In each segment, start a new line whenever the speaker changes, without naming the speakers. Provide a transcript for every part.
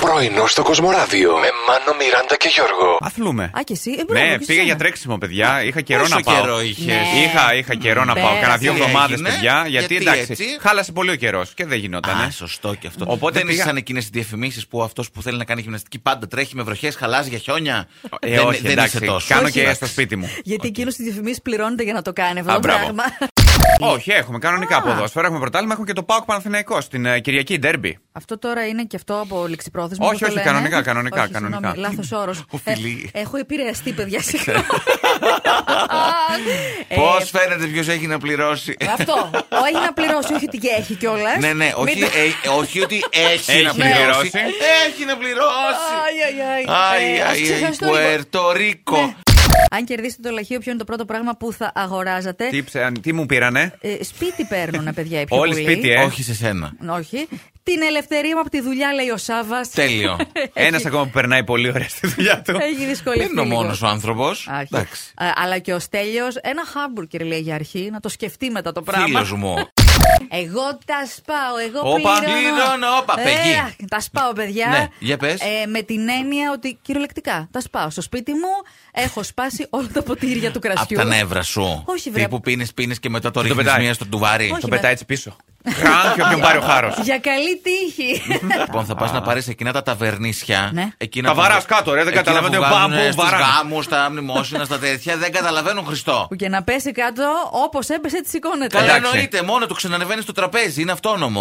Πρωινό στο Κοσμοράδιο με Μάνο, Μιράντα και Γιώργο.
Αθλούμε.
Α, και εσύ. Ε, μπράβο,
Ναι,
και
πήγα
εσύ.
για τρέξιμο, παιδιά. Είχα καιρό
Πόσο
να πάω.
καιρό είχες?
Ναι.
Είχα, είχα καιρό να πάω.
Πέρασε.
Κάνα δύο
Τι
εβδομάδες,
έγινες?
παιδιά. Γιατί
Γιατί
εντάξει,
έτσι?
χάλασε πολύ ο καιρός και δεν γινόταν.
Α, σωστό και αυτό.
Οπότε
δεν
πήγα-
είναι σαν εκείνες οι διαφημίσεις που αυτός που θέλει να κάνει γυμναστική πάντα τρέχει με βροχές, χαλάζει για χιόνια.
Ε,
δεν,
όχι,
δεν
εντάξει,
είσαι τόσο.
κάνω
Όχι,
και
εντάξει.
στο σπίτι μου.
Γιατί εκείνο τη διαφημίσεις πληρώνεται για να το κάνει
Α,
αυτό το
μπράβο.
πράγμα.
όχι, έχουμε κανονικά
Α.
ποδόσφαιρα. Έχουμε πρωτάλληλα, έχουμε και το Πάοκ Παναθηναϊκό στην ε, Κυριακή Ντέρμπι.
Αυτό τώρα είναι και αυτό από ληξιπρόθεσμο.
Όχι,
πώς το
όχι,
λένε.
κανονικά, κανονικά,
Όχι, συγγνώμη,
κανονικά.
Λάθος όρος.
Οφειλεί.
έχω επηρεαστεί, παιδιά, συγγνώμη. Ε,
Πώς φαίνεται ποιος έχει να πληρώσει.
Αυτό. Όχι να πληρώσει, όχι ότι και έχει κιόλας.
ναι, ναι, όχι, ε, όχι ότι έχει
Έχει
να
να
πληρώσει.
πληρώσει.
Έχει να πληρώσει.
ε,
Αϊ, αϊ, αϊ,
Αϊ, Ναι.
Πουερτορίκο.
Αν κερδίσετε το λαχείο, ποιο είναι το πρώτο πράγμα που θα αγοράζατε.
Τι, ψε- τι μου πήρανε.
Ε, σπίτι παίρνουν, παιδιά, οι πιο
Όλοι
πολλοί.
σπίτι, ε.
Όχι σε σένα.
Όχι. Την ελευθερία μου από τη δουλειά, λέει ο Σάβα.
Τέλειο.
Ένας ακόμα που περνάει πολύ ωραία στη δουλειά του.
Έχει δυσκολευτεί.
Δεν είναι ο
λίγο.
μόνος ο άνθρωπος.
Α, όχι. Ε, αλλά και ο Στέλιος, ένα χάμπουργκερ λέει για αρχή, να το σκεφτεί μετά το πράγμα.
Φίλο μου.
Εγώ τα σπάω, εγώ
Όπα.
πληρώνω.
Πληρώνω, όπα,
Ε,
παιγί.
αχ, τα σπάω, παιδιά.
Ναι, για πες.
Ε, με την έννοια ότι κυριολεκτικά τα σπάω. Στο σπίτι μου έχω σπάσει όλα τα ποτήρια του κρασιού.
Από τα νεύρα σου.
Όχι, βρε.
Τι που πίνεις, πίνεις και μετά το ρίχνεις
πετάει.
μία στο τουβάρι.
Όχι,
Το
με-
πετάει έτσι πίσω. Χραν και όποιον πάρει ο χάρος.
Ε, Για καλή τύχη.
Λοιπόν, θα πας να πάρεις εκείνα τα ταβερνίσια.
Ναι.
Εκείνα
Τα
που-
βαράς κάτω, ρε, δεν
εκείνα
καταλαβαίνω,
που
μπαμ,
βάζουνε
μπαμ,
στους
βαράνε.
γάμους, στα μνημόσυνα, στα τέτοια. Δεν καταλαβαίνουν Χριστό.
που και να πέσει κάτω, όπως έπεσε, τη σηκώνεται.
Καλά,
Εντάξει.
εννοείται. Μόνο του ξανανεβαίνει στο τραπέζι. Είναι αυτόνομο.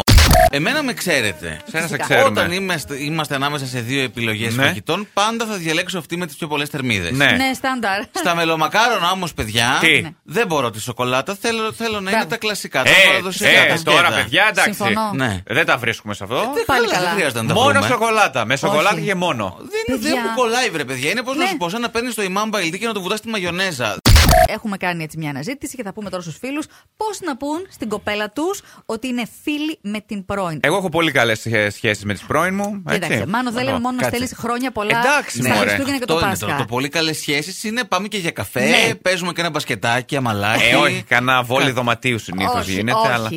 Εμένα με ξέρετε.
Σένα σε
Φυσικά.
ξέρουμε.
Όταν είμαστε, είμαστε ανάμεσα σε δύο επιλογές
Ναι.
φαγητών, πάντα θα διαλέξω αυτή με τις πιο πολλές θερμίδες.
Ναι.
Ναι, στάνταρ.
Στα μελομακάρονα όμως, παιδιά,
Τι? Ναι.
δεν μπορώ τη σοκολάτα. Θέλω, θέλω να είναι
Μπράβο.
τα κλασικά. τα
Ε,
παραδοσιακά, τα
ε, τώρα
σκέτα.
παιδιά, εντάξει.
Συμφωνώ.
Ναι.
Δεν τα βρίσκουμε σε αυτό.
Δεν
Πάλι
χρειάζεται-
καλά.
Δεν χρειάζεται να τα
Μόνο
βρούμε.
σοκολάτα. Με σοκολάτα
Όχι.
και μόνο.
Δεν, είναι- δεν
Παιδιά.
μου κολλάει, βρε παιδιά. Είναι πώς να
Ναι.
σου πω, σαν να παίρνεις το ημάμπα ηλτί και να το βουδά στη μαγιονέζα.
Έχουμε κάνει έτσι μια αναζήτηση και θα πούμε τώρα στους φίλους πώς να πούν στην κοπέλα τους ότι είναι φίλοι με την πρώην.
Εγώ έχω πολύ καλές σχέσεις με τις πρώην μου. έτσι.
Κοίταξε, μάνο δεν
Ε, Εδώ,
λέμε μόνο να
κάτσε.
στέλνεις χρόνια πολλά
Εντάξει,
στα
μωρέ.
Χριστούγεννα και το
είναι
Πάσχα.
το, το πολύ καλές σχέσεις είναι πάμε και για καφέ,
Ναι.
παίζουμε και ένα μπασκετάκι, αμαλάκι.
Ε, όχι, κανένα βόλι δωματίου συνήθως
όχι,
γίνεται,
όχι.
αλλά.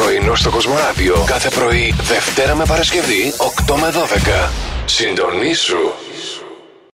Πρωινό στο Κοσμοράδιο κάθε πρωί, Δευτέρα με Παρασκευή, 8 με 12. Συντονίσου